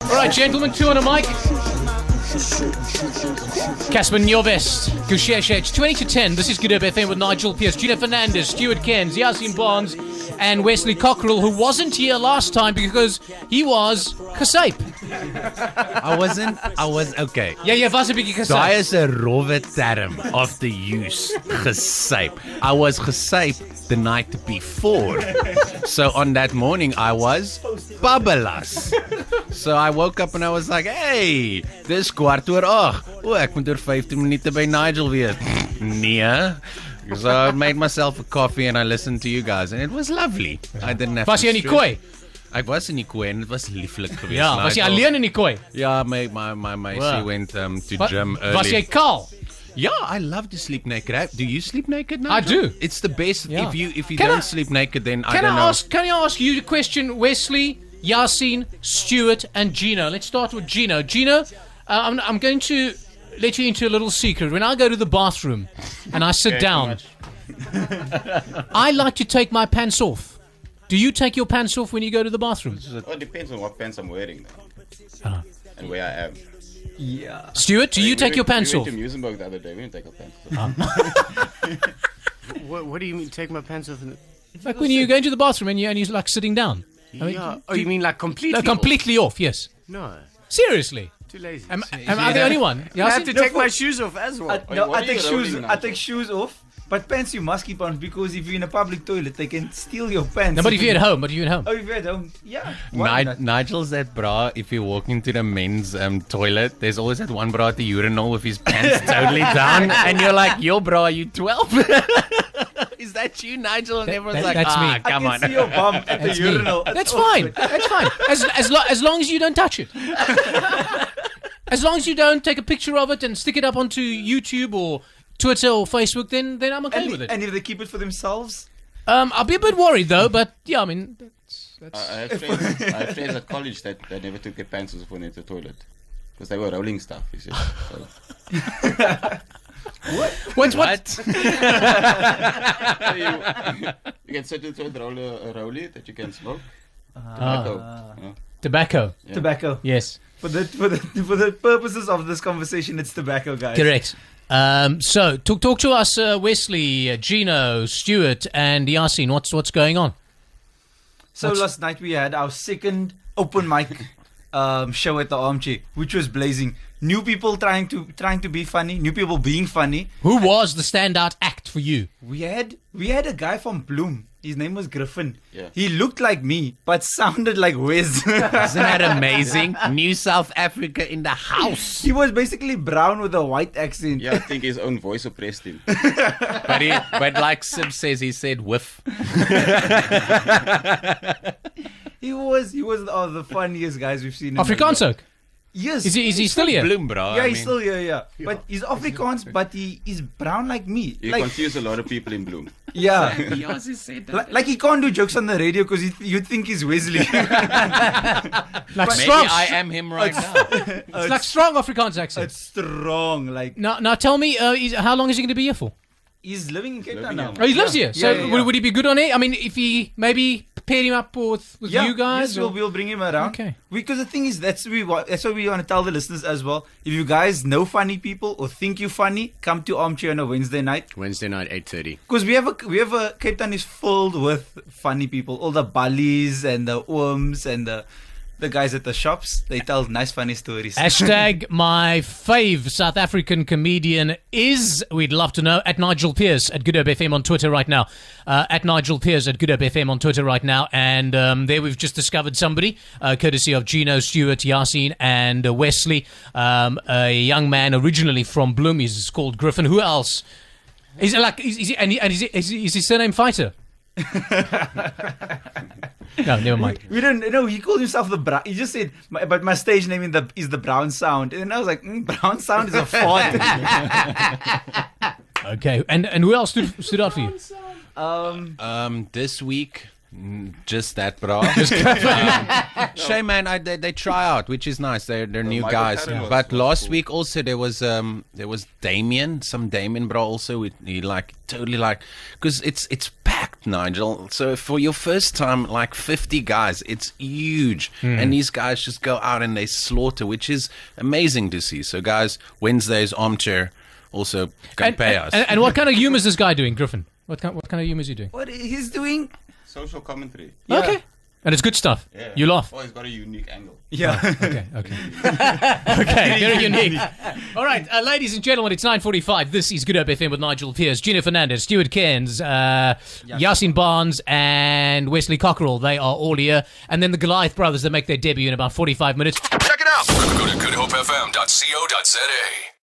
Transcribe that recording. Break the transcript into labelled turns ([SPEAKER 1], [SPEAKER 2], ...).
[SPEAKER 1] All right, gentlemen, two on a mic. Casper Nyovest, Gusheshech, 20 to 10. This is Good Hope FM with Nigel Pearce, Gina Fernandez, Stuart Cairns, Yasin Barnes, and Wesley Cockrell, who wasn't here last time because he was Kasape.
[SPEAKER 2] I wasn't. I was okay.
[SPEAKER 1] Yeah, yeah, was 'n bietjie
[SPEAKER 2] Daai
[SPEAKER 1] Kasape.
[SPEAKER 2] is 'n rowwe term of the use. Gesyp. I was gesyp the night before. So on that morning I was babbelas. So I woke up and I was like, "Hey, dis kwart oor 8. O, ek moet oor 15 minute by Nigel wees." Nee. So I made myself a coffee and I listened to you guys and it was lovely. I didn't have
[SPEAKER 1] Was
[SPEAKER 2] to
[SPEAKER 1] jy in die
[SPEAKER 2] stress.
[SPEAKER 1] kooi?
[SPEAKER 2] Ek was in die kooi en dit was lieflik geweest.
[SPEAKER 1] Ja, was jy
[SPEAKER 2] Nigel.
[SPEAKER 1] alleen in die kooi?
[SPEAKER 2] Yeah, my my my, my
[SPEAKER 1] Wow.
[SPEAKER 2] she went um, to
[SPEAKER 1] Wa-
[SPEAKER 2] gym early.
[SPEAKER 1] Was jy kaal?
[SPEAKER 2] yeah, I love to sleep naked. I, do you sleep naked? Nigel?
[SPEAKER 1] I do.
[SPEAKER 2] It's the best.
[SPEAKER 1] Yeah.
[SPEAKER 2] If you if you
[SPEAKER 1] Can
[SPEAKER 2] don't
[SPEAKER 1] I-
[SPEAKER 2] sleep naked, then I
[SPEAKER 1] Can
[SPEAKER 2] don't
[SPEAKER 1] I
[SPEAKER 2] know.
[SPEAKER 1] ask? Can I ask you a question, Wesley, Yasin, Stuart, and Gino? Let's start with Gino. Gino, uh, I'm, I'm going to let you into a little secret. When I go to the bathroom and I sit down, I like to take my pants off. Do you take your pants off when you go to the bathroom,
[SPEAKER 3] Well, it depends on what pants I'm wearing though. And where I am.
[SPEAKER 1] Stuart? Do Ah. you
[SPEAKER 3] We
[SPEAKER 1] take
[SPEAKER 3] went-
[SPEAKER 1] your pants
[SPEAKER 3] we
[SPEAKER 1] off? Ah.
[SPEAKER 3] went to Musenberg the other day. We didn't take our pants off.
[SPEAKER 4] What, what do you mean? Take my pants off? And,
[SPEAKER 1] Like when you go into the bathroom and you and you're like sitting down,
[SPEAKER 4] yeah. Oh, you mean like completely?
[SPEAKER 1] no, completely off. Yes,
[SPEAKER 4] No.
[SPEAKER 1] seriously.
[SPEAKER 4] Too lazy.
[SPEAKER 1] Am, am I the only one?
[SPEAKER 4] I have
[SPEAKER 1] Yasin?
[SPEAKER 4] to
[SPEAKER 5] No,
[SPEAKER 4] take
[SPEAKER 5] for-
[SPEAKER 4] my shoes off as well.
[SPEAKER 2] Uh,
[SPEAKER 5] I, no,
[SPEAKER 3] what
[SPEAKER 5] I
[SPEAKER 3] are
[SPEAKER 5] take
[SPEAKER 3] you
[SPEAKER 5] shoes.
[SPEAKER 3] rolling
[SPEAKER 5] I
[SPEAKER 3] now?
[SPEAKER 5] take shoes off, but pants you must keep on because if you're in a public toilet, they can steal your pants.
[SPEAKER 1] No, but if you're at home, but if you're at home.
[SPEAKER 5] Oh, if you're at home, yeah. why
[SPEAKER 2] Ni-
[SPEAKER 5] not?
[SPEAKER 2] Nigel's that bra. If you walk into the men's um, toilet, there's always that one bra at the urinal with his pants totally down, and you're like, "Yo, bra, are you 12? Is that you, Nigel?" And everyone's
[SPEAKER 1] that-
[SPEAKER 2] like,
[SPEAKER 1] that's
[SPEAKER 2] "Ah,
[SPEAKER 1] me.
[SPEAKER 5] I
[SPEAKER 2] come
[SPEAKER 5] can
[SPEAKER 2] on."
[SPEAKER 5] see your bum at the
[SPEAKER 1] That's me.
[SPEAKER 5] urinal. It's
[SPEAKER 1] That's
[SPEAKER 5] awkward.
[SPEAKER 1] fine. That's fine. As as, lo- as long as you don't touch it. as long as you don't take a picture of it and stick it up onto YouTube or Twitter or Facebook, then then I'm okay
[SPEAKER 5] And,
[SPEAKER 1] with it.
[SPEAKER 5] and if they keep it for themselves,
[SPEAKER 1] um, I'll be a bit worried though, but yeah, I mean,
[SPEAKER 3] I, I have friends, I have friends at college that, that never took their pants off when they went to the toilet. Because they were rolling stuff, you see. So,
[SPEAKER 1] what's what?
[SPEAKER 3] so you, you can sit in the toilet, roll a, a rollie that you can smoke.
[SPEAKER 1] Ah.
[SPEAKER 3] Tobacco. you know.
[SPEAKER 1] Tobacco.
[SPEAKER 5] tobacco.
[SPEAKER 1] Yes,
[SPEAKER 5] For the, for the for the purposes of this conversation, it's tobacco, guys.
[SPEAKER 1] correct. Um, so talk talk to us, uh, Wesley, uh, Gino, Stuart, and Yasin. What's what's going on?
[SPEAKER 5] So
[SPEAKER 1] What's-
[SPEAKER 5] last night we had our second open mic um, show at the Armchair, which was blazing. New people trying to trying to be funny, new people being funny.
[SPEAKER 1] Who was the standout act for you?
[SPEAKER 5] We had we had a guy from Bloom. His name was Griffin.
[SPEAKER 3] Yeah.
[SPEAKER 5] He looked like me, but sounded like Wiz.
[SPEAKER 2] Isn't that amazing? New South Africa in the house,
[SPEAKER 5] he was basically brown with a white accent.
[SPEAKER 3] Yeah, I think his own voice oppressed him.
[SPEAKER 2] but he, but like Sib says, he said, "Whiff."
[SPEAKER 5] He was he was one of the funniest guys we've seen. in
[SPEAKER 1] Afrikaans
[SPEAKER 5] the-
[SPEAKER 1] ook.
[SPEAKER 5] Yes.
[SPEAKER 1] Is he is he still here?
[SPEAKER 2] Bloom, bro.
[SPEAKER 5] yeah,
[SPEAKER 2] I
[SPEAKER 5] he's
[SPEAKER 2] mean.
[SPEAKER 5] still here, yeah. But he's Afrikaans, but he is brown like me.
[SPEAKER 3] You
[SPEAKER 5] like,
[SPEAKER 3] confuse a lot of people in Bloom.
[SPEAKER 5] yeah.
[SPEAKER 2] He also said that.
[SPEAKER 5] Like, like he can't do jokes on the radio because th- you think he's Wesley.
[SPEAKER 1] Like
[SPEAKER 2] Maybe
[SPEAKER 1] strong,
[SPEAKER 2] I am him right now.
[SPEAKER 1] it's like strong Afrikaans accent.
[SPEAKER 5] it's strong. Like
[SPEAKER 1] Now, now tell me, uh, is, how long is he going to be here for?
[SPEAKER 5] he's living in Cape Town
[SPEAKER 3] Living
[SPEAKER 5] now.
[SPEAKER 3] in-
[SPEAKER 1] Oh, he lives
[SPEAKER 5] Yeah.
[SPEAKER 1] here. So
[SPEAKER 5] Yeah, yeah, yeah.
[SPEAKER 1] Would, would he be good on air? I mean, if he maybe paired him up with, with
[SPEAKER 5] Yeah,
[SPEAKER 1] you guys?
[SPEAKER 5] yes, we'll,
[SPEAKER 1] or-
[SPEAKER 5] we'll bring him around.
[SPEAKER 1] Okay.
[SPEAKER 5] Because the thing is, that's we wa- that's what we want to tell the listeners as well. If you guys know funny people or think you're funny, come to Armchair on a Wednesday night
[SPEAKER 6] Wednesday night, eight thirty.
[SPEAKER 5] because we have a we have a Cape Town is filled with funny people. All the bullies and the worms and the the guys at the shops. They tell nice funny stories.
[SPEAKER 1] Hashtag my fave South African comedian is, we'd love to know, at Nigel Pierce at Good Hope FM on Twitter right now. Uh, at Nigel Pierce at Good Hope FM on Twitter right now. And um, there we've just discovered somebody, uh, courtesy of Gino, Stewart, Yasin, and uh, Wesley, um, a young man originally from Bloom. He's called Griffin. Who else? Is it like, is, is he, and, he, and is, he, is, he, is his surname Fighter? no, never mind.
[SPEAKER 5] We didn't. No, he called himself the brown. He just said, my, "But my stage name in the is the brown sound." And I was like, mm, "Brown sound is a font."
[SPEAKER 1] Okay. And, and who else stood, stood out for you?
[SPEAKER 2] Um, this week, mm, just that bra. Just Shame, man. I, they, they try out, which is nice. They're they're new
[SPEAKER 3] Michael
[SPEAKER 2] guys.
[SPEAKER 3] Carrick was-
[SPEAKER 2] But
[SPEAKER 3] was
[SPEAKER 2] last
[SPEAKER 3] cool.
[SPEAKER 2] week also there was um there was Damien, some Damien bra also. With, he like totally like because it's it's packed. up, Nigel. So for your first time, like 50 guys, it's huge.
[SPEAKER 1] Hmm.
[SPEAKER 2] And these guys just go out and they slaughter, which is amazing to see. So, guys, Wednesday's armchair also go
[SPEAKER 1] And,
[SPEAKER 2] pay
[SPEAKER 1] and-
[SPEAKER 2] us.
[SPEAKER 1] and- and what kind of humor is this guy doing, Griffin? What kind, what kind of humor is he doing?
[SPEAKER 5] What he's doing?
[SPEAKER 3] Social commentary.
[SPEAKER 1] Okay. And it's good stuff.
[SPEAKER 3] Yeah.
[SPEAKER 1] You laugh.
[SPEAKER 3] Oh, he's got a unique angle.
[SPEAKER 5] Yeah.
[SPEAKER 1] Okay, okay. okay, very unique. All right, uh, ladies and gentlemen, it's 9.45. This is Good Hope FM with Nigel Pearce, Gina Fernandez, Stuart Cairns, uh, Yasin Barnes, and Wesley Cockerell. They are all here. And then the Goliath brothers that make their debut in about 45 minutes.
[SPEAKER 6] Check it out. Go to goodhopefm.co.za.